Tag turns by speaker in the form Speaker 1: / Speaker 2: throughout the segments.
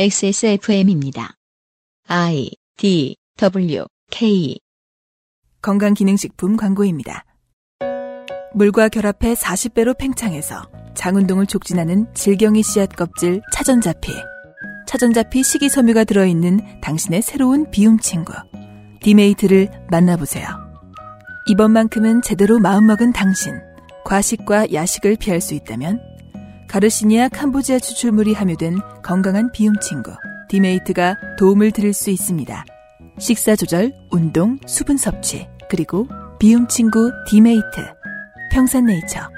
Speaker 1: XSFM입니다. I D W K
Speaker 2: 건강기능식품 광고입니다. 물과 결합해 40배로 팽창해서 장운동을 촉진하는 질경이 씨앗 껍질 차전자피. 차전자피 식이섬유가 들어있는 당신의 새로운 비움 친구. 디메이트를 만나보세요. 이번만큼은 제대로 마음먹은 당신. 과식과 야식을 피할 수 있다면 가르시니아 캄보지아 추출물이 함유된 건강한 비움 친구 디메이트가 도움을 드릴 수 있습니다. 식사 조절, 운동, 수분 섭취, 그리고 비움 친구 디메이트. 평산네이처.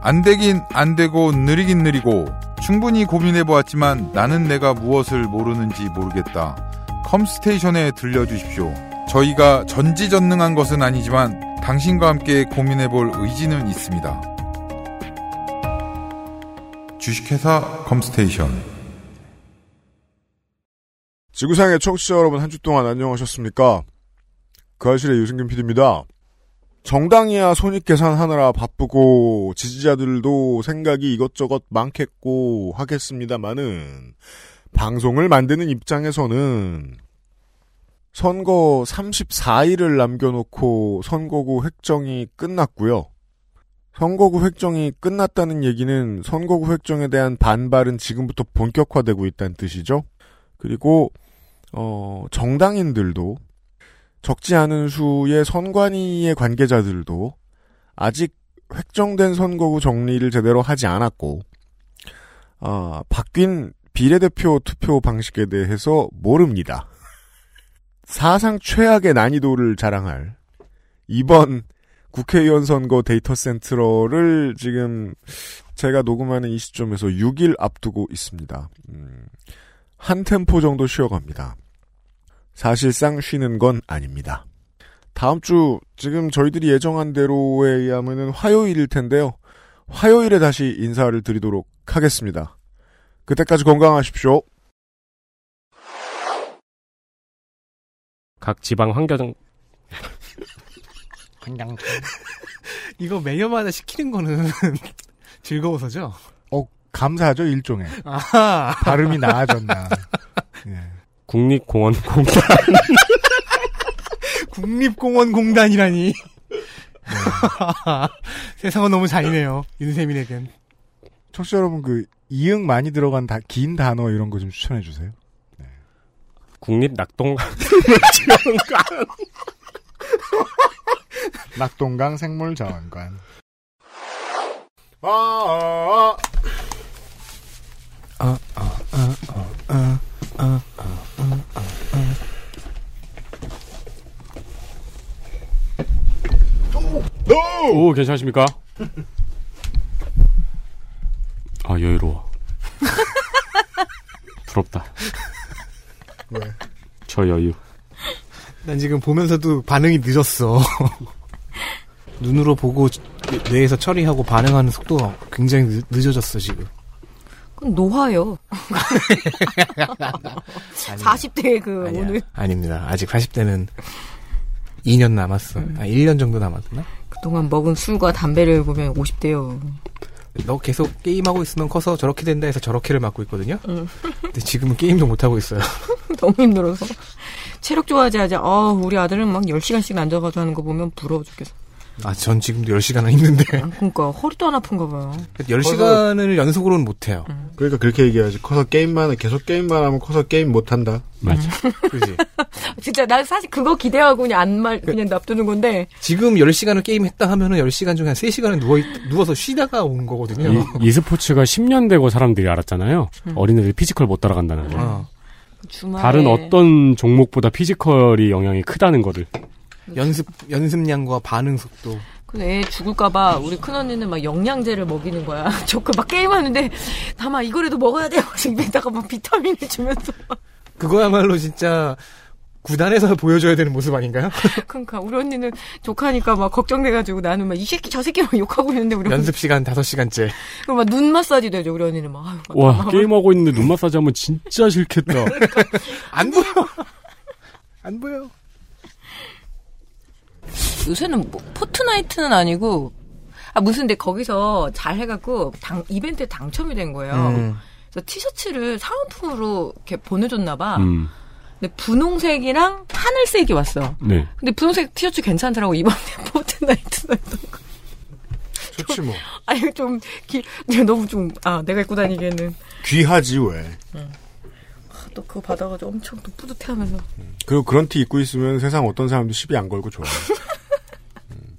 Speaker 3: 안 되긴 안 되고 느리긴 느리고 충분히 고민해 보았지만 나는 내가 무엇을 모르는지 모르겠다. 컴스테이션에 들려주십시오. 저희가 전지전능한 것은 아니지만 당신과 함께 고민해 볼 의지는 있습니다. 주식회사 컴스테이션
Speaker 4: 지구상의 청취자 여러분 한 주 동안 안녕하셨습니까? 그 아실의 유승균 PD입니다. 정당이야 손익 계산하느라 바쁘고 지지자들도 생각이 이것저것 많겠고 하겠습니다마는 방송을 만드는 입장에서는 선거 34일을 남겨놓고 선거구 획정이 끝났고요. 선거구 획정이 끝났다는 얘기는 선거구 획정에 대한 반발은 지금부터 본격화되고 있다는 뜻이죠. 그리고 어, 정당인들도 적지 않은 수의 선관위의 관계자들도 아직 획정된 선거구 정리를 제대로 하지 않았고 아, 바뀐 비례대표 투표 방식에 대해서 모릅니다. 사상 최악의 난이도를 자랑할 이번 국회의원 선거 데이터 센트럴을 지금 제가 녹음하는 이 시점에서 6일 앞두고 있습니다. 음, 한 템포 정도 쉬어갑니다. 사실상 쉬는 건 아닙니다. 다음 주 지금 저희들이 예정한 대로에 의하면은 화요일일 텐데요. 화요일에 다시 인사를 드리도록 하겠습니다. 그때까지 건강하십시오.
Speaker 5: 각 지방 환경
Speaker 6: 그냥 이거 매년마다 시키는 거는 즐거워서죠.
Speaker 7: 어, 감사하죠, 일종의.
Speaker 6: 아,
Speaker 7: 발음이 나아졌나. 예.
Speaker 5: 국립공원공단
Speaker 6: 국립공원공단이라니. 세상은 너무 잔인해요. 윤세민에겐.
Speaker 7: 청취자 여러분, 그, 이응 많이 들어간 다, 긴 단어 이런 거 좀 추천해주세요.
Speaker 5: 국립낙동강
Speaker 7: 낙동강 생물자원관.
Speaker 4: 아, 아, 아.
Speaker 5: 오 괜찮으십니까? 아 여유로워 부럽다
Speaker 7: 왜?
Speaker 5: 저 여유
Speaker 6: 난 지금 보면서도 반응이 늦었어. 눈으로 보고 뇌에서 처리하고 반응하는 속도가 굉장히 늦, 늦어졌어 지금.
Speaker 8: 그건 노화요. 40대의 그
Speaker 6: 아니야.
Speaker 8: 오늘
Speaker 6: 아닙니다. 아직 40대는 2년 남았어. 아, 1년 정도 남았나?
Speaker 8: 그동안 먹은 술과 담배를 보면 50대요.
Speaker 6: 너 계속 게임하고 있으면 커서 저렇게 된다 해서 저렇게를 맡고 있거든요. 근데 지금은 게임도 못 하고 있어요.
Speaker 8: 너무 힘들어서 체력 좋아하지 하자. 아 우리 아들은 막 10시간씩 앉아가지고 하는 거 보면 부러워 죽겠어.
Speaker 6: 아, 전 지금도 10시간은 힘든데.
Speaker 8: 그러니까 허리도 안 아픈가 봐요.
Speaker 6: 10시간을 연속으로는 못 해요.
Speaker 4: 그러니까 그렇게 얘기하지. 커서 게임만 계속 게임만 하면 커서 게임 못 한다.
Speaker 5: 맞아
Speaker 6: 그지
Speaker 8: 진짜 나 사실 그거 기대하고 그냥 안 말 그냥 납두는 건데
Speaker 6: 지금 10시간을 게임 했다 하면은 10시간 중에 한 3시간은 누워 누워서 쉬다가 온 거거든요.
Speaker 5: 이, e스포츠가 10년 되고 사람들이 알았잖아요
Speaker 6: 음.
Speaker 5: 어린애들이 피지컬 못 따라간다는 걸
Speaker 6: 어.
Speaker 8: 주말에
Speaker 6: 아,
Speaker 5: 다른
Speaker 6: 예.
Speaker 5: 어떤 종목보다 피지컬이 영향이 크다는 거를
Speaker 6: 연습 연습량과 반응 속도.
Speaker 8: 그애 죽을까봐 우리 큰 언니는 막 영양제를 먹이는 거야. 저그 막 게임하는데 나마 이거라도 먹어야 돼. 지금 이따가 막 비타민을 주면서
Speaker 6: 그거야말로 진짜 구단에서 보여줘야 되는 모습 아닌가요?
Speaker 8: 그러니까 우리 언니는 조카니까 막 걱정돼가지고 나는 막 이 새끼 저 새끼 막 욕하고 있는데 우리
Speaker 6: 연습 시간 5시간째.
Speaker 8: 그리고 막 눈 마사지 되죠 우리 언니는 막 아유, 막
Speaker 6: 음.
Speaker 5: 와 게임하고 있는데 눈 마사지 하면 진짜 싫겠다
Speaker 6: 안 보여. 안 보여.
Speaker 8: 요새는 포트나이트는 뭐 아니고 아, 무슨 근데 거기서 잘 해갖고 당, 이벤트에 당첨이 된 거예요.
Speaker 6: 음.
Speaker 8: 그래서 티셔츠를 사은품으로 이렇게 보내줬나봐.
Speaker 5: 음.
Speaker 8: 근데 분홍색이랑 하늘색이 왔어.
Speaker 5: 네.
Speaker 8: 근데 분홍색 티셔츠 괜찮더라고 이번에 포트나이트 날던 거.
Speaker 9: 좋지 뭐.
Speaker 8: 아니 좀 기, 너무 좀 아 내가 입고 다니기에는
Speaker 9: 귀하지 왜.
Speaker 8: 아, 또 그거 받아가지고 엄청 또 뿌듯해하면서
Speaker 9: 그리고 그런 티 입고 있으면 세상 어떤 사람도 시비 안 걸고 좋아. 음.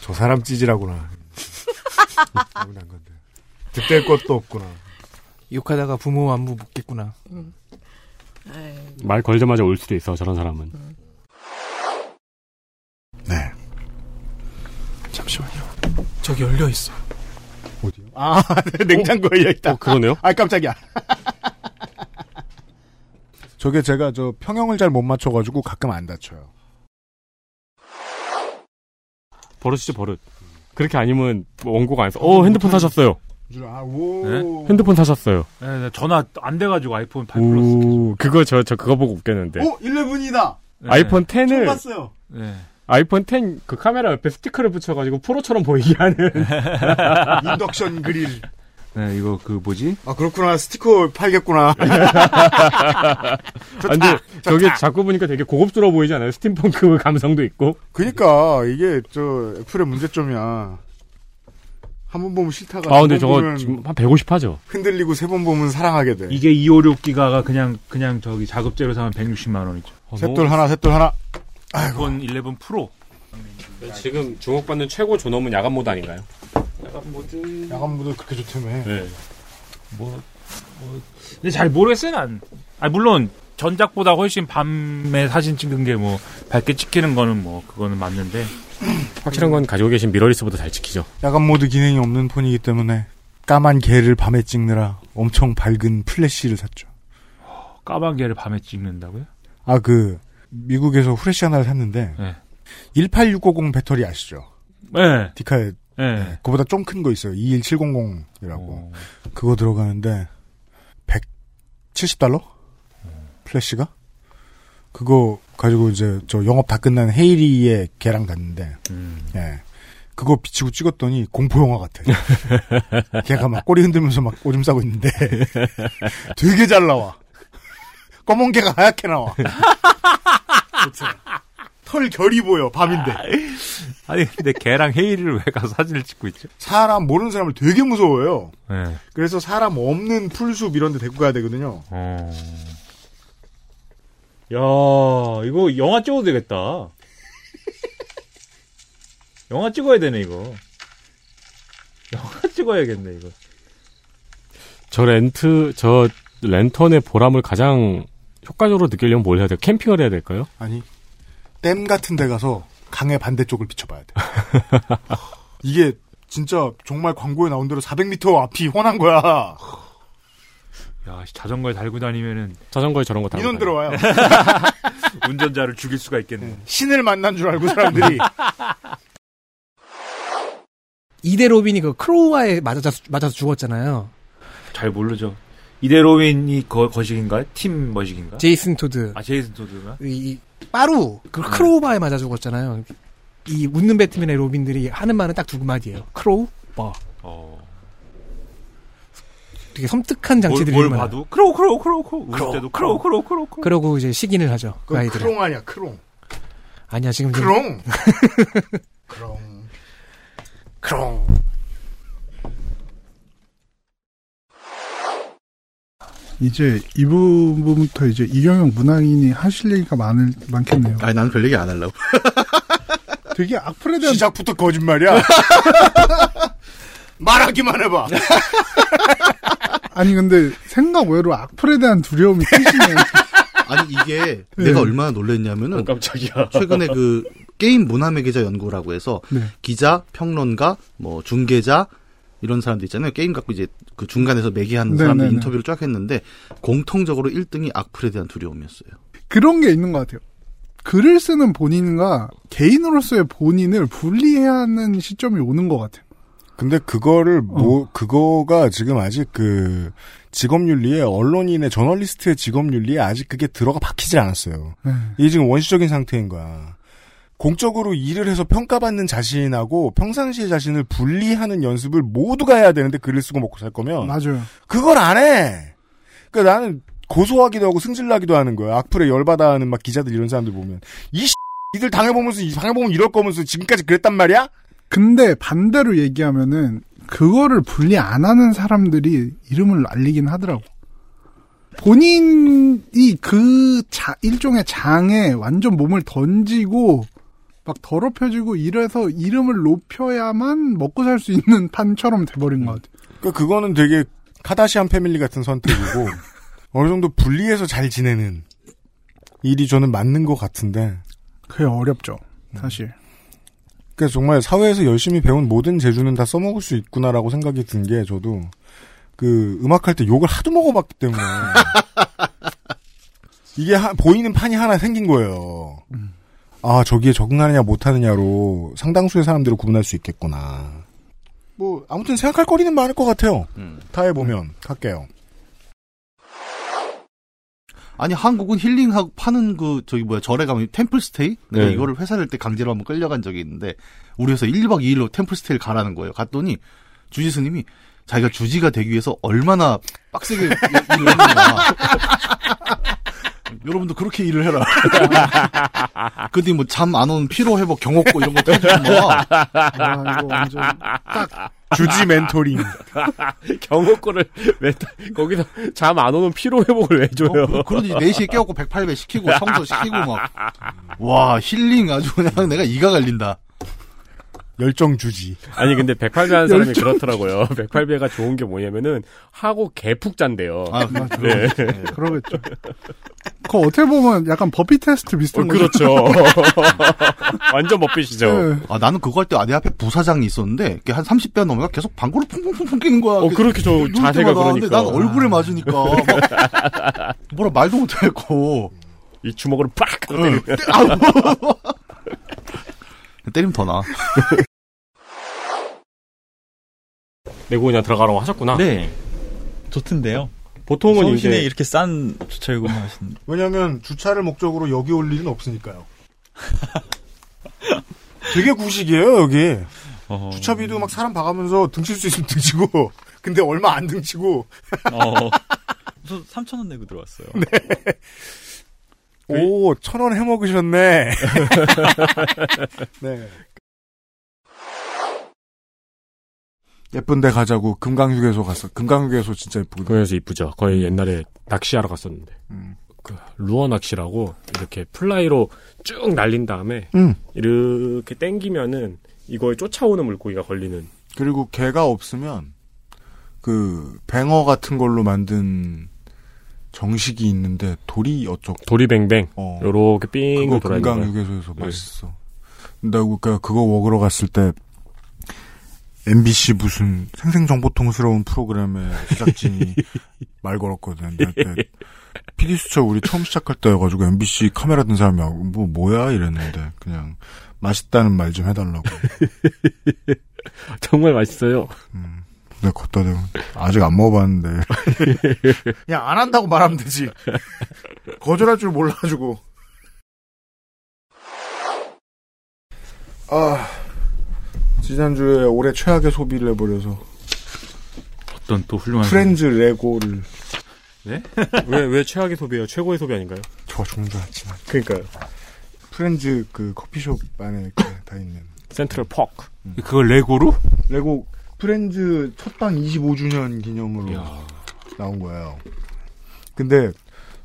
Speaker 9: 저 사람 찌질하구나. 아무도 안 건데. 득될 것도 없구나.
Speaker 6: 욕하다가 부모 안부 묻겠구나.
Speaker 8: 에이,
Speaker 5: 말 걸자마자 올 수도 있어 저런 사람은.
Speaker 9: 네.
Speaker 6: 잠시만요. 저기 열려 있어.
Speaker 9: 어디요?
Speaker 6: 아, 냉장고 열려 있다.
Speaker 5: 어 그러네요.
Speaker 6: 아, 깜짝이야.
Speaker 4: 저게 제가 저 평형을 잘 못 맞춰가지고 가끔 안 다쳐요.
Speaker 5: 버릇이지 버릇. 그렇게 아니면 뭐 원고가 안 써. 어 핸드폰 사셨어요.
Speaker 9: 아, 오.
Speaker 10: 네?
Speaker 5: 핸드폰 사셨어요.
Speaker 10: 네, 네, 전화 안 돼가지고 아이폰 8 플러스.
Speaker 5: 오 그거 저 저 그거 보고 웃겼는데.
Speaker 6: 오, 11이다.
Speaker 10: 네,
Speaker 5: 아이폰 10을
Speaker 6: 봤어요.
Speaker 10: 네.
Speaker 5: 아이폰 10 그 카메라 옆에 스티커를 붙여가지고 프로처럼 보이게 하는.
Speaker 9: 인덕션 그릴.
Speaker 10: 네, 이거 그 뭐지?
Speaker 9: 아, 그렇구나. 스티커 팔겠구나.
Speaker 5: 아, 근데 저게 자꾸 보니까 되게 고급스러워 보이지 않아요? 스팀펑크 감성도 있고.
Speaker 4: 그러니까
Speaker 9: 그니까, 이게, 저, 애플의 문제점이야. 한 번 보면 싫다가. 두
Speaker 5: 아 근데
Speaker 9: 번
Speaker 5: 저거
Speaker 9: 보면
Speaker 5: 지금 한 150 하죠.
Speaker 9: 흔들리고 세 번 보면 사랑하게 돼.
Speaker 10: 네. 이게 256기가가 그냥 그냥 저기 작업제로 사면 160만 원이죠.
Speaker 5: 어, 뭐.
Speaker 9: 셋돌 하나, 셋돌 하나.
Speaker 10: 아이폰 11 프로.
Speaker 5: 지금 주목받는 최고 존엄은 야간 모드 아닌가요? 야간 모드.
Speaker 9: 야간부도 그렇게 좋다며.
Speaker 5: 네.
Speaker 10: 뭐, 뭐 근데 잘 모르겠어요 난. 아 물론 전작보다 훨씬 밤에 사진 찍는 게 뭐 밝게 찍히는 거는 뭐 그거는 맞는데
Speaker 5: 확실한 건 가지고 계신 미러리스보다 잘 지키죠.
Speaker 4: 야간 모드 기능이 없는 폰이기 때문에 까만 개를 밤에 찍느라 엄청 밝은 플래시를 샀죠.
Speaker 10: 까만 개를 밤에 찍는다고요?
Speaker 4: 아, 그, 미국에서 후레쉬 하나를 샀는데,
Speaker 10: 네.
Speaker 4: 18650 배터리 아시죠?
Speaker 10: 네,
Speaker 4: 디카에,
Speaker 10: 네.
Speaker 4: 그보다 좀 큰 거 있어요. 21700이라고.
Speaker 10: 어,
Speaker 4: 그거 들어가는데 170달러? 플래시가? 그거 가지고 이제 저 영업 다 끝난 헤이리의 걔랑 갔는데
Speaker 10: 음.
Speaker 4: 예. 그거 비치고 찍었더니 공포 영화 같아. 걔가 막 꼬리 흔들면서 막 오줌 싸고 있는데 되게 잘 나와. 검은 개가 하얗게 나와. 그쵸. 털 결이 보여 밤인데
Speaker 10: 아니 근데 개랑 헤이를 왜 가서 사진을 찍고 있죠?
Speaker 4: 사람 모르는 사람을 되게 무서워요.
Speaker 10: 네.
Speaker 4: 그래서 사람 없는 풀숲 이런 데 데리고 가야 되거든요.
Speaker 10: 어.
Speaker 11: 야, 이거 영화 찍어도 되겠다. 영화 찍어야 되네, 이거. 영화 찍어야겠네, 이거.
Speaker 5: 저 렌트 저 랜턴의 보람을 가장 효과적으로 느끼려면 뭘 해야 돼요? 캠핑을 해야 될까요?
Speaker 4: 아니 댐 같은 데 가서 강의 반대쪽을 비춰봐야 돼. 이게 진짜 정말 광고에 나온 대로 400m 앞이 훤한 거야.
Speaker 10: 야, 자전거에 달고 다니면은
Speaker 5: 자전거에 저런 거 다.
Speaker 4: 인원 들어와요.
Speaker 10: 운전자를 죽일 수가 있겠네.
Speaker 4: 신을 만난 줄 알고 사람들이
Speaker 6: 이대 로빈이 그 크로우와에 맞아서, 맞아서 죽었잖아요.
Speaker 10: 잘 모르죠. 이대로윈이 거, 거식인가요? 팀 머식인가?
Speaker 6: 제이슨 토드.
Speaker 10: 아, 제이슨 토드가?
Speaker 6: 이, 이 빠루. 그
Speaker 12: 네.
Speaker 6: 크로우바에 맞아 죽었잖아요. 이 웃는 배트맨의 로빈들이 하는 말은 딱 두 마디예요. 크로우? 바.
Speaker 10: 어.
Speaker 6: 되게 섬뜩한
Speaker 10: 뭘,
Speaker 6: 장치들이
Speaker 10: 뭘
Speaker 6: 많아요.
Speaker 10: 봐도 크로우 크로우 크로우 크로우 울 때도 크로우 크로우 크로우 크로우
Speaker 6: 그러고 이제 식인을 하죠. 그
Speaker 9: 그건
Speaker 6: 아이들.
Speaker 9: 크롱 아니야, 크롱.
Speaker 6: 아니야, 지금 좀
Speaker 9: 크롱. 크롱. 크롱.
Speaker 13: 이제 이 부분부터 이제 이경영 문학인이 하실 얘기가 많을 많겠네요.
Speaker 11: 아니, 나는 별 얘기 안 하려고.
Speaker 13: 되게 악플에 대한
Speaker 4: 시작부터 거짓말이야.
Speaker 9: 말하기만 해봐.
Speaker 13: 아니 근데 생각 외로 악플에 대한 두려움이 크시네요.
Speaker 11: 아니, 이게
Speaker 13: 네.
Speaker 11: 내가 얼마나
Speaker 10: 아,
Speaker 11: 놀랬냐면은,
Speaker 5: 깜짝이야.
Speaker 11: 최근에 그, 게임 문화매 계좌 연구라고 해서,
Speaker 13: 네.
Speaker 11: 기자, 평론가, 뭐, 중계자, 이런 사람들 있잖아요. 게임 갖고 이제 그 중간에서 매개하는
Speaker 13: 네,
Speaker 11: 사람들
Speaker 13: 네, 네.
Speaker 11: 인터뷰를 쫙 했는데, 공통적으로 1등이 악플에 대한 두려움이었어요.
Speaker 13: 그런 게 있는 것 같아요. 글을 쓰는 본인과 개인으로서의 본인을 분리해야 하는 시점이 오는 것 같아요.
Speaker 9: 근데 그거를 뭐 그거가 지금 아직 그 직업 윤리에 언론인의 저널리스트의 직업 윤리에 아직 그게 들어가 박히질 않았어요.
Speaker 13: 네.
Speaker 9: 이게 지금 원시적인 상태인 거야.
Speaker 4: 공적으로 일을 해서 평가받는 자신하고 평상시의 자신을 분리하는 연습을 모두가 해야 되는데 글을 쓰고 먹고 살
Speaker 11: 어.
Speaker 4: 거면
Speaker 13: 맞아요.
Speaker 4: 그걸 안 해. 그러니까 나는 고소하기도 하고 승질나기도 하는 거야. 악플에 열받아 하는 막 기자들 이런 사람들 보면 이 씨, 이들 당해보면서 이 당해보면 이럴 거면서 지금까지 그랬단 말이야?
Speaker 13: 근데 반대로 얘기하면은 그거를 분리 안 하는 사람들이 이름을 알리긴 하더라고. 본인이 그 자, 일종의 장에 완전 몸을 던지고 막 더럽혀지고 이래서 이름을 높여야만 먹고 살 수 있는 판처럼 돼버린 것 같아.
Speaker 4: 그 그거는 되게 카다시안 패밀리 같은 선택이고 어느 정도 분리해서 잘 지내는 일이 저는 맞는 것 같은데
Speaker 13: 그게 어렵죠 사실
Speaker 4: 그러니까 정말 사회에서 열심히 배운 모든 재주는 다 써먹을 수 있구나라고 생각이 든 게 저도 그 음악할 때 욕을 하도 먹어봤기 때문에 이게 하- 보이는 판이 하나 생긴 거예요. 아 저기에 적응하느냐 못하느냐로 상당수의 사람들을 구분할 수 있겠구나. 뭐 아무튼 생각할 거리는 많을 것 같아요. 타에 보면 할게요.
Speaker 11: 아니 한국은 힐링하고 파는 그 저기 뭐야 절에 가면 템플스테이 내가
Speaker 5: 네.
Speaker 11: 이거를 회사 다닐 때 강제로 한번 끌려간 적이 있는데 우리 회사 1박 2일로 템플스테이를 가라는 거예요. 갔더니 주지 스님이 자기가 주지가 되기 위해서 얼마나 빡세게 일을 했는가. 여러분도 그렇게 일을 해라. 그뒤 뭐 잠 안 오는 피로 회복 경호고 이런 것도 해주는 거야.
Speaker 4: 주지 멘토링.
Speaker 5: 경호권을 왜 따- 거기서 잠 안 오는 피로 회복을 왜 줘요?
Speaker 11: 그러니 4시에 깨웠고 108배 시키고 청소 시키고 막. 와 힐링 아주 그냥 내가 이가 갈린다.
Speaker 4: 열정 주지.
Speaker 5: 아니 근데 108배 하는 사람이
Speaker 11: 열정
Speaker 5: 그렇더라고요. 108배가 좋은 게 뭐냐면은 하고 개푹 잔대요.
Speaker 11: 아,
Speaker 5: 네.
Speaker 13: 그러겠죠 그거 어떻게 보면 약간 버피 테스트 비슷한
Speaker 5: 어,
Speaker 13: 거죠
Speaker 5: 그렇죠. 네. 완전 멋비시죠.
Speaker 11: 아, 나는 그거 할 때 내 앞에 부사장이 있었는데, 걔한 30배 넘어가 계속 방구를 퐁퐁퐁 끼는 거야.
Speaker 5: 어, 그렇게 저
Speaker 11: 누울 때마다.
Speaker 5: 자세가
Speaker 11: 근데
Speaker 5: 그러니까.
Speaker 11: 난 얼굴에 맞으니까. 막 뭐라 말도 못했고.
Speaker 5: 이 주먹으로 빡!
Speaker 11: 때리면 더 나.
Speaker 5: 내고 그냥 들어가라고 하셨구나.
Speaker 14: 네. 좋던데요.
Speaker 5: 아, 보통은
Speaker 14: 서울시내
Speaker 5: 이제-
Speaker 14: 이렇게 싼 주차 요금을 하시는.
Speaker 4: 왜냐하면 주차를 목적으로 여기 올 일은 없으니까요. 되게 구식이에요 여기.
Speaker 14: 어.
Speaker 4: 주차비도 막 사람 봐가면서 등칠 수 있으면 등치고 근데 얼마 안 등치고
Speaker 14: 어. 저 3천 원 내고 들어왔어요.
Speaker 11: 네.
Speaker 4: 오, 천 원 해먹으셨네. 네. 예쁜데 가자고 금강휴게소 갔어. 금강휴게소 진짜 예쁘고.
Speaker 5: 그래서 이쁘죠. 거의 옛날에 낚시하러 갔었는데.
Speaker 4: 음.
Speaker 5: 그 루어 낚시라고 이렇게 플라이로 쭉 날린 다음에
Speaker 4: 음.
Speaker 5: 이렇게 땡기면은 이거에 쫓아오는 물고기가 걸리는
Speaker 4: 그리고 개가 없으면 그 뱅어 같은 걸로 만든 정식이 있는데 돌이 어쩌고
Speaker 5: 도리뱅뱅
Speaker 4: 어.
Speaker 5: 요렇게 삥
Speaker 4: 그거
Speaker 5: 돌아다니는 거예요.
Speaker 4: 금강휴게소에서
Speaker 5: 네.
Speaker 4: 맛있어. 나 그니까 그거 먹으러 갔을 때 MBC 무슨 생생정보통스러운 프로그램의 제작진이 말 걸었거든. PD 수첩 우리 처음 시작할 때여가지고 MBC 카메라 든 사람이 하고 뭐 뭐야 이랬는데 그냥 맛있다는 말 좀 해달라고.
Speaker 5: 정말 맛있어요.
Speaker 4: 내가 걷다 대고 아직 안 먹어봤는데. 그냥 안 한다고 말하면 되지. 거절할 줄 몰라가지고. 아, 지난주에 올해 최악의 소비를 해버려서.
Speaker 15: 어떤 또 훌륭한
Speaker 4: 프렌즈 레고를.
Speaker 15: 네?
Speaker 5: 왜, 왜 최악의 소비예요? 최고의 소비 아닌가요?
Speaker 4: 저 정도 하지만.
Speaker 5: 그니까요.
Speaker 4: 프렌즈 그 커피숍 안에 이렇게 다 있는.
Speaker 5: 센트럴 포크.
Speaker 15: 그걸 레고로?
Speaker 4: 레고 프렌즈 첫방 25주년 기념으로 나온 거예요. 근데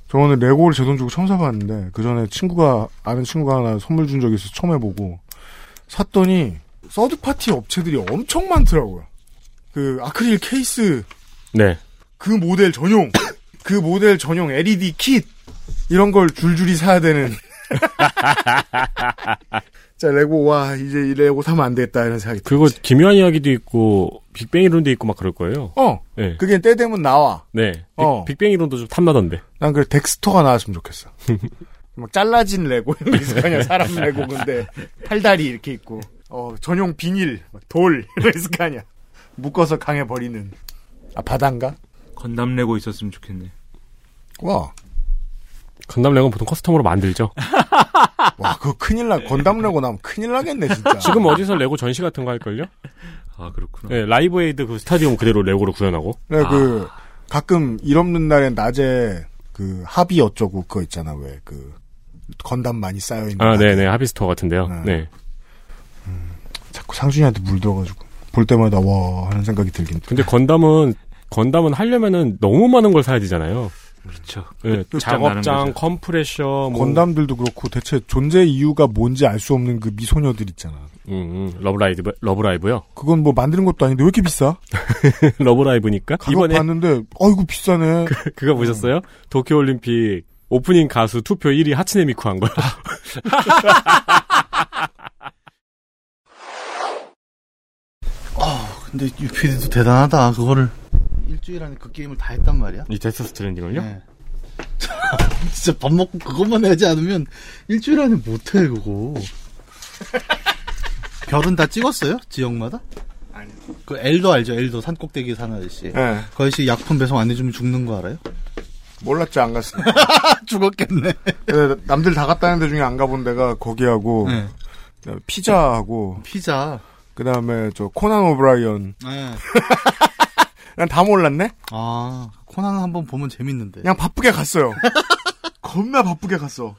Speaker 4: 저는 레고를 제 돈 주고 처음 사봤는데 그 전에 친구가 아는 친구가 하나 선물 준 적이 있어서 처음 해보고 샀더니 서드 파티 업체들이 엄청 많더라고요. 그 아크릴 케이스
Speaker 5: 네.
Speaker 4: 그 모델 전용 그 모델 전용 LED 킷 이런 걸 줄줄이 사야 되는 자 레고 와 이제 이 레고 사면 안 되겠다 이런 생각이
Speaker 5: 그거 기묘한 이야기도 있고 빅뱅 이론도 있고 막 그럴 거예요.
Speaker 4: 어
Speaker 5: 네.
Speaker 4: 그게 때 되면 나와
Speaker 5: 네. 빅-
Speaker 4: 어.
Speaker 5: 빅뱅 이론도 좀 탐나던데.
Speaker 4: 난 그 덱스터가 나왔으면 좋겠어. 막 잘라진 레고 이런 거 있을 거 아니야 사람 레고 근데 팔다리 이렇게 있고 어 전용 비닐 막돌 이런 거 있을 거 아니야 묶어서 강에 버리는 아 바다인가?
Speaker 15: 건담 레고 있었으면 좋겠네.
Speaker 4: 와.
Speaker 5: 건담 레고는 보통 커스텀으로 만들죠.
Speaker 4: 와, 그거 큰일 나. 건담레고 나면 큰일 나겠네, 진짜.
Speaker 5: 지금 어디서 레고 전시 같은 거 할걸요?
Speaker 14: 아 그렇구나.
Speaker 5: 네, 라이브에이드 그 스타디움 그대로 레고로 구현하고.
Speaker 4: 네, 그
Speaker 5: 아.
Speaker 4: 가끔 일 없는 날엔 낮에 그 합의 어쩌고 그거 있잖아 왜 그 건담 많이 쌓여 있는.
Speaker 5: 아, 네네 하비스토어 같은데요. 네.
Speaker 4: 자꾸 상준이한테 물들어가지고 볼 때마다 와 하는 생각이 들긴.
Speaker 5: 근데 건담은 건담은 하려면은 너무 많은 걸 사야 되잖아요.
Speaker 15: 그렇죠.
Speaker 5: 네, 작업장, 컴프레셔, 뭐.
Speaker 4: 건담들도 그렇고 대체 존재 이유가 뭔지 알 수 없는 그 미소녀들 있잖아.
Speaker 5: 음, 음, 러브라이브 러브라이브요.
Speaker 4: 그건 뭐 만드는 것도 아닌데 왜 이렇게 비싸?
Speaker 5: 러브라이브니까
Speaker 4: 이거 봤는데 아이고 비싸네.
Speaker 5: 그거 보셨어요? 도쿄올림픽 오프닝 가수 투표 1위 하츠네 미쿠 한 거야.
Speaker 11: 아 근데 유피디도 대단하다. 그거를 일주일 안에 그 게임을 다 했단 말이야.
Speaker 5: 이 데스
Speaker 11: 네.
Speaker 5: 스트랜딩을요?
Speaker 11: 진짜 밥 먹고 그것만 하지 않으면 일주일 안에 못해 그거. 별은 다 찍었어요? 지역마다?
Speaker 13: 아니요.
Speaker 11: 그 엘도 알죠? 엘도 산꼭대기 사는 아저씨.
Speaker 4: 예.
Speaker 11: 그 아저씨 약품 배송 안 해주면 죽는 거 알아요?
Speaker 4: 몰랐죠 안 갔어.
Speaker 11: 아, 죽었겠네.
Speaker 4: 남들 다 갔다는 데 중에 안 가본 데가 거기하고
Speaker 11: 네.
Speaker 4: 그다음에 피자하고
Speaker 11: 피자.
Speaker 4: 그다음에 저 코난 오브라이언.
Speaker 11: 네.
Speaker 4: 난 다 몰랐네.
Speaker 11: 아 코난 한번 보면 재밌는데.
Speaker 4: 그냥 바쁘게 갔어요. 겁나 바쁘게 갔어.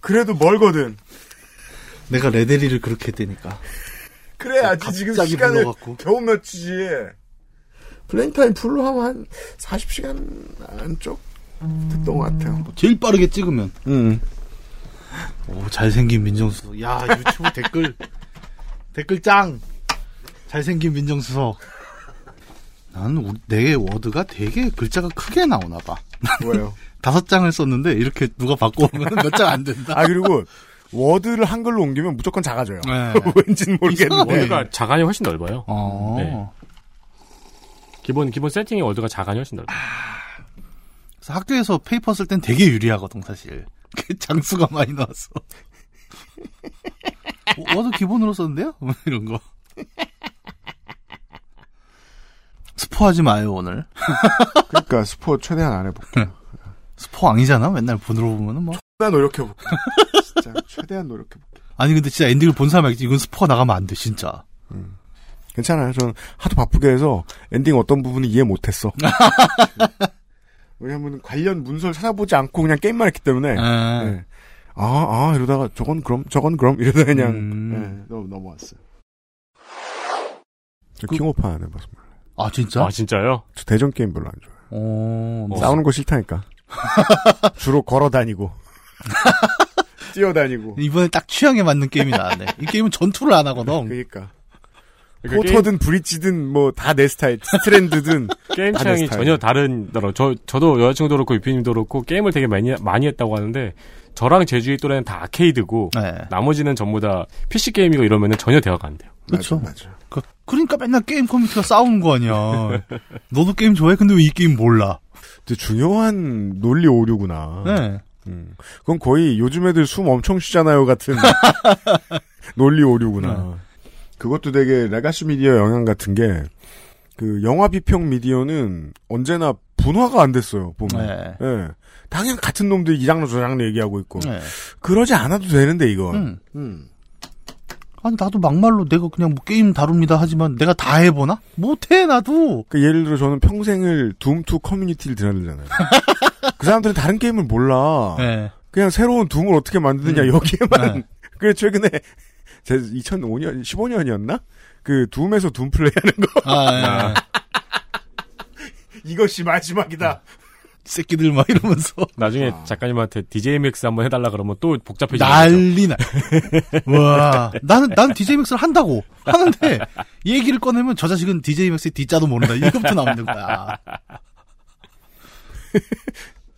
Speaker 4: 그래도 멀거든.
Speaker 11: 내가 레데리를 그렇게 했다니까.
Speaker 4: 그래야지 지금 시간을
Speaker 11: 불러갖고.
Speaker 4: 겨우 며칠이에. 플랜타임 풀로 하면 한 40시간 안쪽 됐던 것 같아요.
Speaker 11: 제일 빠르게 찍으면.
Speaker 4: 응.
Speaker 11: 오 잘생긴 민정수석. 야 유튜브 댓글 댓글 짱. 잘생긴 민정수석. 나는 우리- 내 워드가 되게 글자가 크게 나오나 봐.
Speaker 4: 왜요?
Speaker 11: 다섯 장을 썼는데 이렇게 누가 바꿔오면 몇 장 안 된다.
Speaker 4: 아 그리고 워드를 한글로 옮기면 무조건 작아져요.
Speaker 11: 네.
Speaker 4: 왠진 모르겠는데.
Speaker 5: 월드가 자간이 훨씬 넓어요.
Speaker 4: 아,
Speaker 11: 어.
Speaker 5: 네. 기본 기본 세팅이 월드가 자간이 훨씬 넓어요.
Speaker 11: 그래서 학교에서 페이퍼 쓸 땐 되게 유리하거든 사실. 그 장수가 많이 나왔어. 어, 워드 기본으로 썼는데요? 이런 거. 스포하지 마요 오늘.
Speaker 4: 그러니까 스포 최대한 안 해볼게.
Speaker 11: 스포 아니잖아. 맨날 본으로 보면은 뭐.
Speaker 4: 최대한 노력해볼게. 진짜 최대한 노력해볼게.
Speaker 11: 아니 근데 진짜 엔딩을 본 사람 알겠지. 이건 스포가 나가면 안 돼 진짜.
Speaker 4: 괜찮아요. 저는 하도 바쁘게 해서 엔딩 어떤 부분을 이해 못했어. 왜냐면 관련 문서를 찾아보지 않고 그냥 게임만 했기 때문에.
Speaker 11: 아.
Speaker 4: 네. 아, 아, 이러다가 저건 그럼, 저건 그럼, 이러다 그냥.
Speaker 11: 음.
Speaker 4: 네, 넘- 넘어왔어요. 저 킹오파 안 해봤습니다.
Speaker 11: 아 진짜?
Speaker 5: 아 진짜요?
Speaker 4: 저 대전 게임 별로 안 좋아해요.
Speaker 11: 어. 뭐-
Speaker 4: 싸우는 거 싫다니까. 주로 걸어 다니고. 뛰어다니고.
Speaker 11: 이번에 딱 취향에 맞는 게임이 나왔네. 이 게임은 전투를 안 하거든.
Speaker 4: 그니까.
Speaker 5: 그러니까
Speaker 4: 포터든 브릿지든 뭐 다 내 스타일, 스트랜드든.
Speaker 5: 게임
Speaker 4: 다내
Speaker 5: 취향이
Speaker 4: 스타일.
Speaker 5: 전혀 다른 나라. 저 저도 여자친구도 그렇고 유피님도 그렇고 게임을 되게 많이 많이 했다고 하는데 저랑 제주의 또래는 다 아케이드고
Speaker 4: 그
Speaker 11: 네.
Speaker 5: 나머지는 전부 다 PC 게임이고 이러면은 전혀 대화가 안 돼요.
Speaker 11: 그렇죠. 그, 그러니까 맨날 게임 커뮤니티가 싸우는 거 아니야. 너도 게임 좋아해? 근데 왜 이 게임 몰라?
Speaker 4: 근데 중요한 논리
Speaker 16: 어,
Speaker 4: 오류구나.
Speaker 11: 네.
Speaker 4: 음. 그건 거의 요즘 애들 숨 엄청 쉬잖아요 같은 논리 오류구나.
Speaker 11: 네.
Speaker 4: 그것도 되게 레가시 미디어 영향 같은 게, 그 영화 비평 미디어는 언제나 분화가 안 됐어요, 보면.
Speaker 11: 네.
Speaker 4: 예. 당연 같은 놈들이 이 장르 저 장르 얘기하고
Speaker 16: 그,
Speaker 4: 있고.
Speaker 11: 네.
Speaker 4: 그러지 않아도 되는데,
Speaker 16: 어.
Speaker 4: 이건.
Speaker 11: 음. 아니 나도 막말로 내가 그냥 뭐 게임 다룹니다 하지만 내가 다 해보나? 못해 나도.
Speaker 4: 그 예를 들어 저는 평생을 둠2 커뮤니티를 드나들잖아요. 그 사람들은 다른 게임을
Speaker 16: 어.
Speaker 4: 몰라.
Speaker 11: 네.
Speaker 4: 그냥 새로운 둠을 어떻게 만드느냐
Speaker 11: 음.
Speaker 4: 여기에만
Speaker 11: 네.
Speaker 4: 그래 최근에 제 2005년 15년이었나 그 둠에서 둠 플레이하는 거
Speaker 11: 아,
Speaker 4: 이것이 마지막이다
Speaker 11: 새끼들 막 이러면서
Speaker 5: 나중에
Speaker 4: 아.
Speaker 5: 작가님한테 DJMX 한번 해달라 그러면 또 복잡해지죠.
Speaker 11: 난리 나. 와 나는 나는 DJ 맥스를 한다고 하는데 얘기를 꺼내면 저 자식은 DJ 맥스의 D자도 모른다. 이것부터 나오는 거야.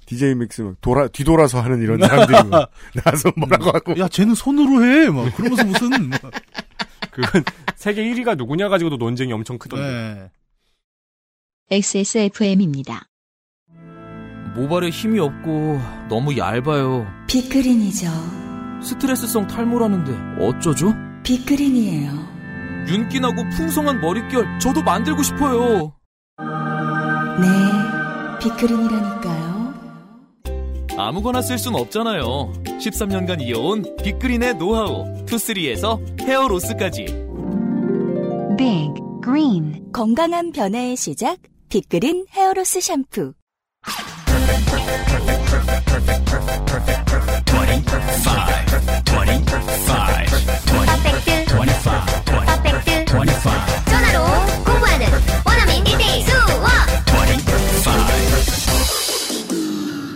Speaker 4: DJ 믹스 막 돌아 뒤돌아서 하는 음. 이런 사람들이 막 나서 뭐라고 하고
Speaker 11: 야 쟤는 손으로 해. 막 그러면서 무슨 뭐.
Speaker 5: 그건 세계 1위가 누구냐 가지고도 논쟁이 엄청 크던데.
Speaker 11: 네.
Speaker 1: XSFM입니다.
Speaker 14: 모발에 힘이 없고 너무 얇아요.
Speaker 17: 비크린이죠.
Speaker 14: 스트레스성 탈모라는데 어쩌죠?
Speaker 17: 비크린이에요.
Speaker 14: 윤기나고 풍성한 머릿결 저도 만들고 싶어요.
Speaker 17: 네, 비크린이라니까요.
Speaker 14: 아무거나 쓸 순 없잖아요. 13년간 이어온 빅그린의 노하우
Speaker 4: 네.
Speaker 14: 투쓰리에서 헤어로스까지
Speaker 18: Big Green 건강한 변화의 시작 빅그린 헤어로스 샴푸
Speaker 19: 25 전화로 공부하는 원어민 1대1 수업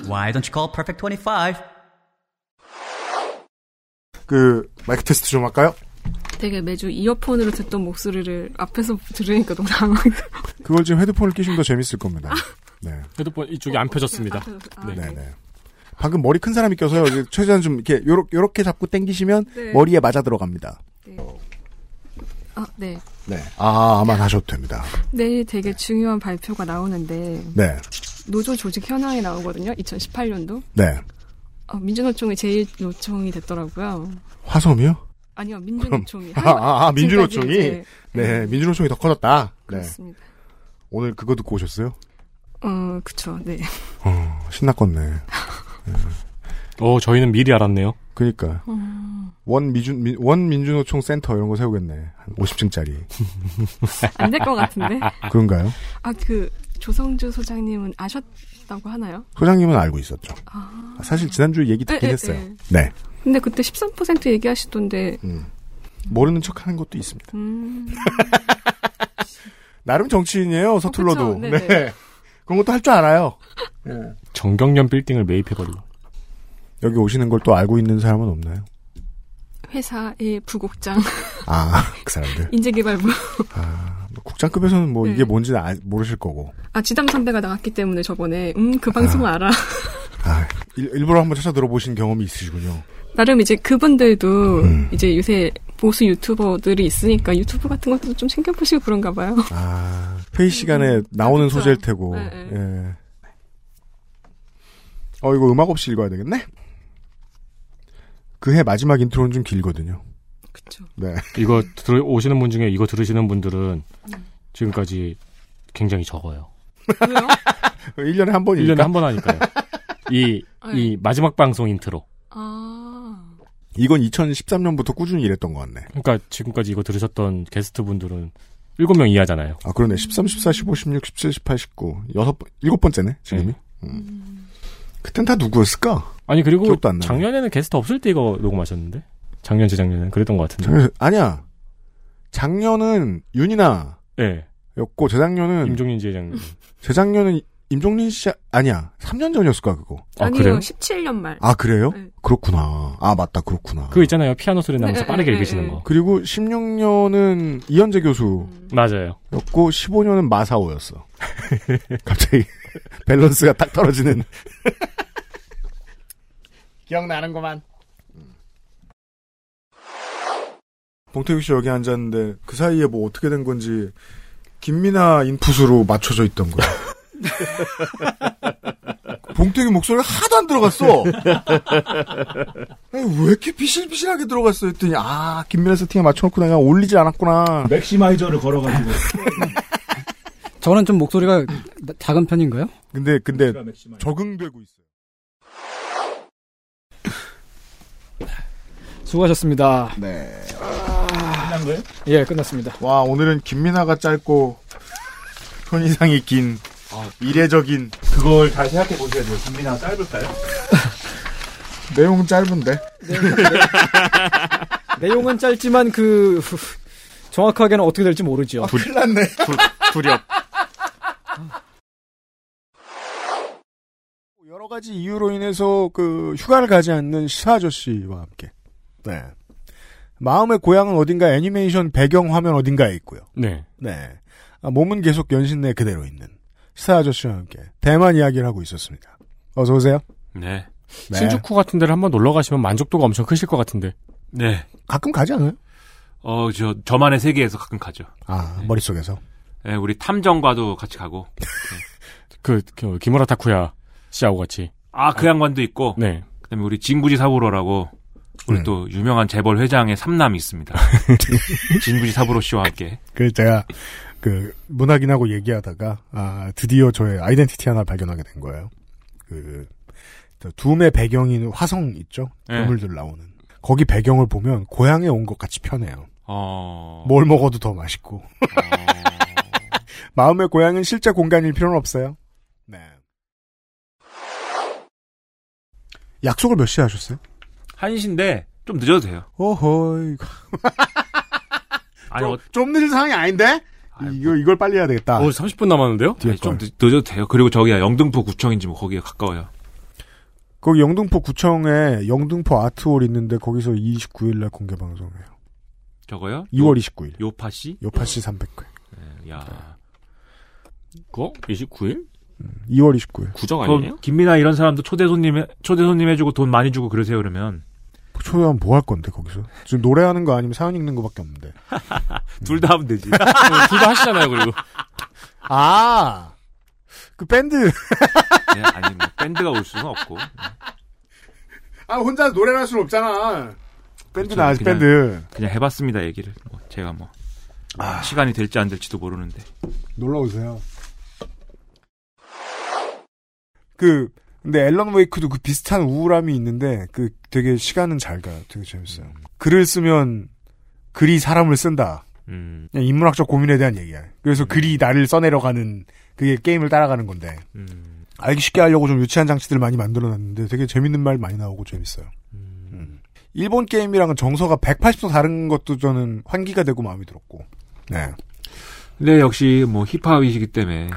Speaker 16: Why don't you call Perfect 25?
Speaker 4: 그 마이크 테스트 좀 할까요?
Speaker 20: 되게 매주 이어폰으로 듣던 목소리를 앞에서 들으니까 너무 당황해요.
Speaker 4: 그걸 지금 헤드폰을 끼시면 더 재밌을 겁니다. 네.
Speaker 5: 헤드폰 이쪽이 안 펴졌습니다.
Speaker 4: 아,
Speaker 5: 네.
Speaker 4: 방금 머리 큰 사람이 껴서요. 이제 최대한 좀 이렇게 요렇, 요렇게 잡고 당기시면
Speaker 20: 네.
Speaker 4: 머리에 맞아 들어갑니다.
Speaker 20: 아, 네.
Speaker 4: 네. 아, 아만 하셔도 됩니다.
Speaker 20: 내일 되게 중요한 발표가 나오는데
Speaker 4: 네.
Speaker 20: 노조 조직 현황이 나오거든요. 2018년도.
Speaker 4: 네.
Speaker 20: 민주노총이 제일 노총이 됐더라고요.
Speaker 4: 화섬이요?
Speaker 20: 아니요,
Speaker 4: 그럼.
Speaker 20: 민주노총이.
Speaker 4: 아, 아, 아, 민주노총이?
Speaker 20: 지금까지 이제,
Speaker 4: 네, 민주노총이 더 커졌다. 네.
Speaker 20: 그렇습니다.
Speaker 4: 오늘 그거 듣고 오셨어요?
Speaker 20: 어, 그쵸, 네.
Speaker 4: 어, 신났겠네.
Speaker 5: 어, 저희는 미리 알았네요.
Speaker 4: 그니까.
Speaker 20: 음.
Speaker 4: 원 미준, 미- 원 민주노총 센터 이런 거 세우겠네. 한 50층짜리.
Speaker 20: 안 될 것 같은데?
Speaker 4: 그런가요?
Speaker 20: 아, 그, 조성주 소장님은 아셨다고 하나요?
Speaker 4: 소장님은 알고 있었죠.
Speaker 20: 아.
Speaker 4: 사실 지난주에 얘기
Speaker 20: 에,
Speaker 4: 듣긴
Speaker 20: 에,
Speaker 4: 했어요.
Speaker 20: 에.
Speaker 4: 네. 음.
Speaker 20: 근데 그때 13% 얘기하시던데,
Speaker 4: 모르는 척 하는 것도 있습니다.
Speaker 20: 음,
Speaker 4: 나름 정치인이에요, 서툴러도.
Speaker 20: 어, 그쵸, 네네.
Speaker 4: 네. 그런 것도 할 줄 알아요.
Speaker 5: 정경련 빌딩을 매입해버리고.
Speaker 4: 여기 오시는 걸 또 알고 있는 사람은 없나요?
Speaker 20: 회사의 부국장,
Speaker 4: 아, 그 사람들.
Speaker 20: 인재개발부.
Speaker 4: 국장급에서는 뭐
Speaker 20: 네.
Speaker 4: 이게 뭔지는 아- 모르실 거고.
Speaker 20: 아, 지담 선배가 나갔기 때문에 저번에, 음, 그 방송을 알아.
Speaker 4: 일, 일부러 한번 찾아 들어보신 경험이 있으시군요. 음.
Speaker 20: 나름 이제 그분들도 이제 요새 보수 유튜버들이 있으니까 유튜브 같은 것도 좀 챙겨보시고 그런가 봐요. 음,
Speaker 4: 아, 회의 시간에 나오는 소재일 테고.
Speaker 20: 네, 네.
Speaker 4: 예. 어, 이거 음악 없이 읽어야 되겠네? 그 해 마지막 인트로는 좀 길거든요.
Speaker 20: 그쵸.
Speaker 4: 네.
Speaker 5: 이거 들어오시는 분 중에 이거 들으시는 분들은 지금까지 굉장히 적어요.
Speaker 4: 1년에 한 번이니까.
Speaker 5: 1년에 한 번 하니까요. 이, 이 마지막 방송 인트로.
Speaker 8: 아.
Speaker 4: 이건 2013년부터 꾸준히 일했던 것 같네.
Speaker 5: 그러니까 지금까지 이거 들으셨던 게스트 분들은 7명 이하잖아요.
Speaker 4: 아, 그러네. 13, 14, 15, 16, 17, 18, 19. 여섯, 번- 일곱 번째네, 지금이. 음. 그땐 다 누구였을까?
Speaker 5: 아니, 그리고
Speaker 4: 기억도 안 나네.
Speaker 5: 작년에는 게스트 없을 때 이거 녹음하셨는데? 작년, 재작년에는 그랬던 것 같은데.
Speaker 4: 작년- 아니야. 작년은 윤이나.
Speaker 5: 예.
Speaker 4: 였고, 재작년은.
Speaker 5: 임종민 재작년.
Speaker 4: 재작년은 임종민 씨, 아니야. 3년 전이었을까, 그거?
Speaker 20: 아니요, 17년 말.
Speaker 4: 아, 그래요? 그렇구나. 아, 맞다. 그렇구나.
Speaker 5: 그거 있잖아요. 피아노 소리 나면서
Speaker 20: 네,
Speaker 5: 빠르게
Speaker 20: 네,
Speaker 5: 읽으시는
Speaker 20: 네,
Speaker 5: 거.
Speaker 4: 그리고 16년은 이현재 교수.
Speaker 5: 맞아요.
Speaker 4: 였고, 15년은 마사오였어. 갑자기 밸런스가 딱 떨어지는.
Speaker 11: 기억나는구만.
Speaker 4: 봉태규 씨 여기 앉았는데, 그 사이에 뭐 어떻게 된 건지, 김미나 인풋으로 맞춰져 있던 거야. 봉태규 목소리가 하도 안 들어갔어! 아니, 왜 이렇게 비실비실하게 들어갔어? 했더니, 아, 김미나 세팅에 맞춰놓고 내가 올리지 않았구나.
Speaker 12: 맥시마이저를 걸어가지고.
Speaker 21: 저는 좀 목소리가 나- 작은 편인가요?
Speaker 4: 근데
Speaker 12: 그
Speaker 4: 근데 적응되고 있어요.
Speaker 21: 수고하셨습니다.
Speaker 4: 네.
Speaker 12: 끝난 거예요?
Speaker 21: 예, 끝났습니다.
Speaker 4: 와, 오늘은 김민아가 짧고, 손이상이 긴, 이례적인.
Speaker 12: 그걸 잘 생각해 보셔야 돼요. 준비나 짧을까요?
Speaker 4: 내용은 짧은데.
Speaker 21: 내용은 짧지만 그 정확하게는 어떻게 될지 모르죠.
Speaker 4: 큰일 났네. 두렵. 여러 가지 이유로 인해서 그 휴가를 가지 않는 시사 아저씨와 함께. 네. 마음의 고향은 어딘가 애니메이션 배경 화면 어딘가에 있고요.
Speaker 5: 네.
Speaker 4: 네. 아, 몸은 계속 연신내 그대로 있는 시사 아저씨와 함께 대만 이야기를 하고 있었습니다. 어서 오세요.
Speaker 5: 네.
Speaker 4: 네.
Speaker 5: 신주쿠 같은 데를 한번 놀러 가시면 만족도가 엄청 크실 것 같은데.
Speaker 10: 네.
Speaker 4: 가끔 가지 않아요?
Speaker 10: 어, 저, 저만의 세계에서 가끔 가죠.
Speaker 4: 아, 머릿속에서.
Speaker 10: 예, 우리 탐정과도 같이 가고.
Speaker 5: 그, 그 기무라 타쿠야 씨하고 같이.
Speaker 10: 아, 그 양반도 있고.
Speaker 5: 네.
Speaker 10: 그 다음에 우리 진구지 사부로라고. 우리
Speaker 4: 음.
Speaker 10: 또 유명한 재벌 회장의 삼남이 있습니다. 진구지 사부로 씨와 함께.
Speaker 4: 그 제가 그 문학인하고 얘기하다가 아 드디어 저의 아이덴티티 하나 발견하게 된 거예요. 그 둠의 배경인 화성 있죠?
Speaker 7: 네.
Speaker 4: 괴물들 나오는. 거기 배경을 보면 고향에 온 것 같이 편해요.
Speaker 7: 어.
Speaker 10: 뭐-
Speaker 4: 뭘 먹어도 더 맛있고. 마음의 고향은 실제 공간일 필요는 없어요. 네. 약속을 몇 시에 하셨어요?
Speaker 10: 한시인데 좀 늦어도 돼요.
Speaker 4: 오호.
Speaker 10: 아니, 어, 뭐-
Speaker 4: 좀 늦은 상황이 아닌데? 이거, 이걸 빨리 해야 되겠다.
Speaker 10: 30분 남았는데요? 아니, 네, 좀 늦, 늦어도 돼요. 그리고 저기야 영등포 구청인지 뭐 거기에 가까워요.
Speaker 4: 거기 영등포 구청에 영등포 아트홀 있는데 거기서 29일날 공개 방송해요.
Speaker 10: 저거요?
Speaker 4: 2월 29일.
Speaker 10: 요파 씨?
Speaker 4: 요파 씨 300회.
Speaker 10: 네, 야. 그거 29일?
Speaker 4: 2월 29일.
Speaker 10: 구정
Speaker 15: 그럼
Speaker 10: 아니에요?
Speaker 15: 김민아 이런 사람도 초대 손님 해- 초대 손님 해주고 돈 많이 주고 그러세요 그러면
Speaker 4: 초대하면 뭐 할 건데 거기서? 지금 노래하는 거 아니면 사연 읽는 거밖에 없는데.
Speaker 10: 둘 다 하면 되지.
Speaker 4: 둘 다
Speaker 10: 하시잖아요, 그리고.
Speaker 4: 아. 그 밴드.
Speaker 10: 네, 아니 뭐 밴드가 올 수는 없고.
Speaker 4: 아 혼자 노래를 할 수는 없잖아. 밴드 나
Speaker 10: 그냥-
Speaker 4: 밴드.
Speaker 10: 그냥 해봤습니다 얘기를. 뭐 제가 뭐 시간이 될지 안 될지도 모르는데.
Speaker 4: 놀러 오세요. 그 근데 앨런 웨이크도 그 비슷한 우울함이 있는데 그 되게 시간은 잘 가요. 되게 재밌어요. 글을 쓰면 글이 사람을 쓴다.
Speaker 10: 음.
Speaker 4: 그냥 인문학적 고민에 대한 얘기야. 그래서 글이 나를 써내려가는 그게 게임을 따라가는 건데 알기 쉽게 하려고 좀 유치한 장치들 많이 만들어놨는데 되게 재밌는 말 많이 나오고 재밌어요. 음. 일본 게임이랑은 정서가 180도 다른 것도 저는 환기가 되고 마음이 들었고. 네.
Speaker 10: 근데 역시 뭐 힙합이시기 때문에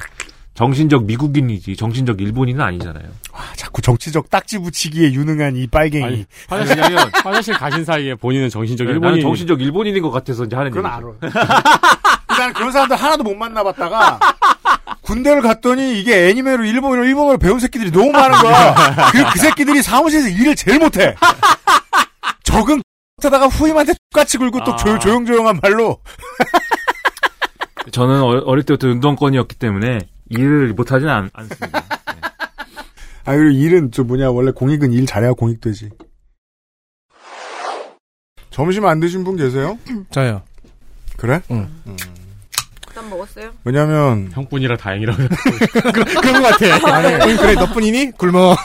Speaker 10: 정신적 미국인이지 정신적 일본인은 아니잖아요.
Speaker 4: 자꾸 정치적 딱지 붙이기에 유능한 이 빨갱이.
Speaker 10: 아니,
Speaker 5: 화장실,
Speaker 10: 왜냐면-
Speaker 5: 화장실 가신 사이에 본인은 정신적
Speaker 10: 네, 나는
Speaker 5: 일본인.
Speaker 10: 정신적 일본인인 것 같아서 이제 하는
Speaker 4: 그건
Speaker 10: 얘기죠.
Speaker 4: 난 그런 사람들 하나도 못 만나봤다가 군대를 갔더니 이게 애니메이로 일본어로 일본어로 배운 새끼들이 너무 많은 거야. 그리고 그 새끼들이 사무실에서 일을 제일 못해. 적응 하다가 후임한테 똑같이 굴고 또
Speaker 10: 아.
Speaker 4: 조, 조용조용한 말로
Speaker 10: 저는 어- 어릴 때부터 운동권이었기 때문에 일을 못하진 않, 않습니다. 네.
Speaker 4: 아 그리고 일은 저 뭐냐 원래 공익은 일 잘해야 공익되지. 점심 안 드신 분 계세요?
Speaker 6: 저요.
Speaker 4: 그래?
Speaker 8: 일단 먹었어요?
Speaker 4: 왜냐면
Speaker 5: 형뿐이라 다행이라고.
Speaker 6: 그런 것 같아. 아니, 그래, 너뿐이니? 굶어.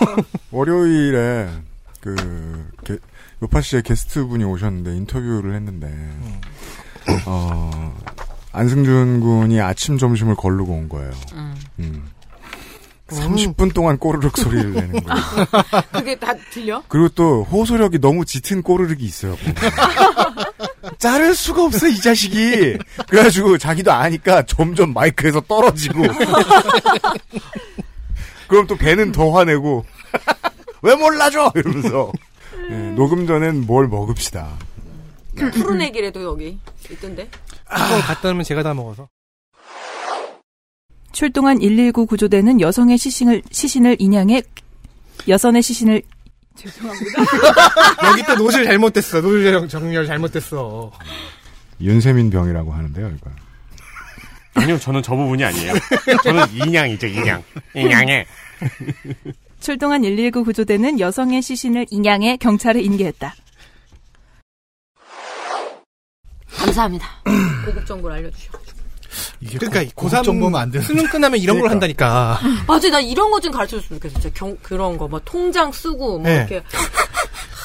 Speaker 4: 월요일에 그 게- 요파 씨의 게스트 분이 오셨는데 인터뷰를 했는데 어, 안승준 군이 아침 점심을 걸르고 온 거예요. 음. 30분 동안 꼬르륵 소리를 내는 거예요.
Speaker 8: 그게 다 들려?
Speaker 4: 그리고 또 호소력이 너무 짙은 꼬르륵이 있어요. 자를 수가 없어 이 자식이. 그래가지고 자기도 아니까 점점 마이크에서 떨어지고. 그럼 또 걔는 더 화내고 왜 몰라줘 이러면서 예, 녹음 전엔 뭘 먹읍시다.
Speaker 8: 푸른 애기래도 여기 있던데.
Speaker 6: 한번 갔다 오면 아, 제가 다 먹어서.
Speaker 2: 출동한 119 구조대는 여성의 시신을 시신을 인양해 여성의 시신을
Speaker 6: 여기 또 노즐 잘못됐어. 노즐 정- 정렬 잘못됐어.
Speaker 4: 윤세민 병이라고 하는데요, 이거.
Speaker 5: 아니요, 저는 저 부분이 아니에요. 저는 인양이죠, 인양. 인양해.
Speaker 2: 출동한 119 구조대는 여성의 시신을 인양해 경찰에 인계했다.
Speaker 8: 감사합니다. 고급 정보를 알려주셔.
Speaker 6: 그러니까 이
Speaker 11: 고급 정보면 안 되는데. 그러니까.
Speaker 6: 수능 끝나면 이런 걸 한다니까.
Speaker 8: 맞아, 나 이런 거 좀 가르쳐줬으면 좋겠어. 진짜 경, 그런 거, 막 통장 쓰고, 뭐
Speaker 6: 네.
Speaker 8: 이렇게.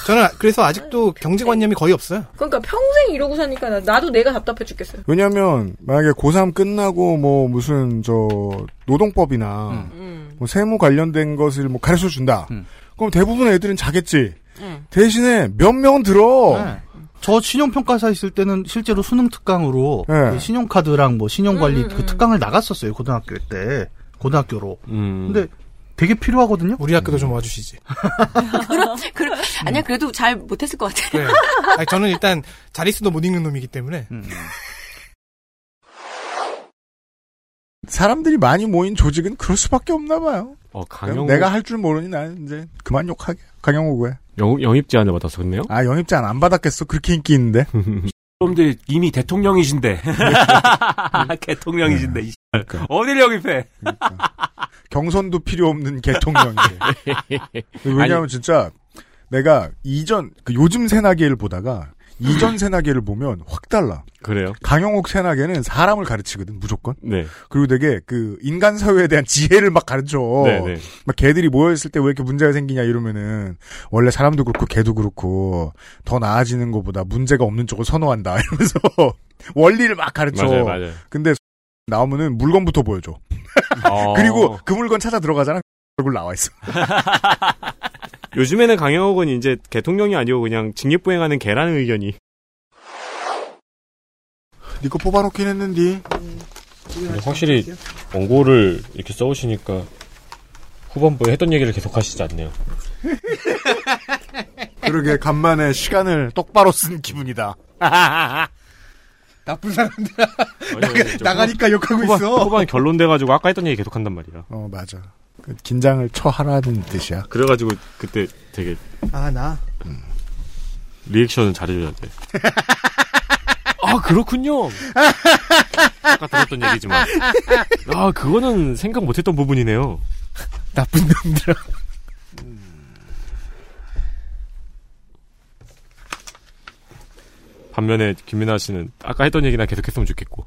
Speaker 6: 저는 아- 그래서 아직도 경제관념이 거의 없어요.
Speaker 8: 그러니까 평생 이러고 사니까 나, 나도 내가 답답해 죽겠어요.
Speaker 4: 음. 왜냐하면 만약에 고3 끝나고 뭐 무슨 저 노동법이나
Speaker 5: 음.
Speaker 4: 뭐 세무 관련된 것을 뭐 가르쳐 준다. 그럼 대부분 애들은 자겠지. 대신에 몇 명은 들어.
Speaker 11: 네.
Speaker 5: 네.
Speaker 11: 저 신용평가사 있을 때는 실제로 수능 특강으로
Speaker 4: 네.
Speaker 11: 그 신용카드랑 뭐 신용관리 그 특강을 나갔었어요 고등학교 때 고등학교로
Speaker 5: 음,
Speaker 11: 근데 되게 필요하거든요
Speaker 6: 우리 학교도 좀 와주시지
Speaker 8: 그럼, 그럼, 아니야, 그래도 잘 못했을 것 같아.
Speaker 6: 네. 아니, 저는 일단 자릿수도 못 읽는 놈이기 때문에
Speaker 11: 음.
Speaker 4: 사람들이 많이 모인 조직은 그럴 수밖에 없나 봐요.
Speaker 5: 어,
Speaker 4: 그럼
Speaker 5: 강영호.
Speaker 4: 내가 할 줄 모르니 나는 이제 그만 욕하게. 강영호구에.
Speaker 5: 영, 영입 제안을 받았었네요.
Speaker 4: 아 영입 제안 안 받았겠어. 그렇게 인기 있는데.
Speaker 10: 여러분들 이미 대통령이신데. 대통령이신데. 이 씨발. 어딜 영입해.
Speaker 4: 경선도 필요 없는 개통령이에요. 왜냐하면 진짜 내가 이전 그 요즘 새나기를 보다가 이전 새나개를 보면 확 달라.
Speaker 5: 그래요?
Speaker 4: 강영욱 새나개는 사람을 가르치거든 무조건.
Speaker 5: 네.
Speaker 4: 그리고 되게 그 인간 사회에 대한 지혜를 막 가르쳐.
Speaker 5: 네, 네.
Speaker 4: 막 개들이 모여 있을 때 왜 이렇게 문제가 생기냐 이러면은 원래 사람도 그렇고 개도 그렇고 더 나아지는 것보다 문제가 없는 쪽을 선호한다 이러면서 원리를 막 가르쳐.
Speaker 5: 맞아요, 맞아요.
Speaker 4: 근데 나오면은 물건부터 보여줘.
Speaker 5: 어.
Speaker 4: 그리고 그 물건 찾아 들어가잖아. 얼굴 나와 있어.
Speaker 5: 요즘에는 강영욱은 이제 대통령이 아니고 그냥 징계부행하는 개라는 의견이.
Speaker 4: 니거 뽑아놓긴 했는데.
Speaker 5: 확실히 원고를 이렇게 써오시니까 후반부에 했던 얘기를 계속 하시지 않네요.
Speaker 4: 그러게 간만에 시간을 똑바로 쓴 기분이다.
Speaker 7: 나쁜 사람들아. 나가, 니까 욕하고
Speaker 5: 후반,
Speaker 7: 있어.
Speaker 5: 후반 결론 돼가지고 아까 했던 얘기 계속 한단 말이야.
Speaker 4: 어, 맞아. 그 긴장을 처하라는 뜻이야.
Speaker 5: 그래가지고 그때 되게 음.
Speaker 6: 아, 나.
Speaker 5: 리액션을 잘해줘야 돼. 아, 그렇군요. 아까 들었던 얘기지만. 아, 그거는 생각 못했던 부분이네요.
Speaker 6: 나쁜 놈들아.
Speaker 5: 반면에 김민아 씨는 아까 했던 얘기나 계속했으면 좋겠고.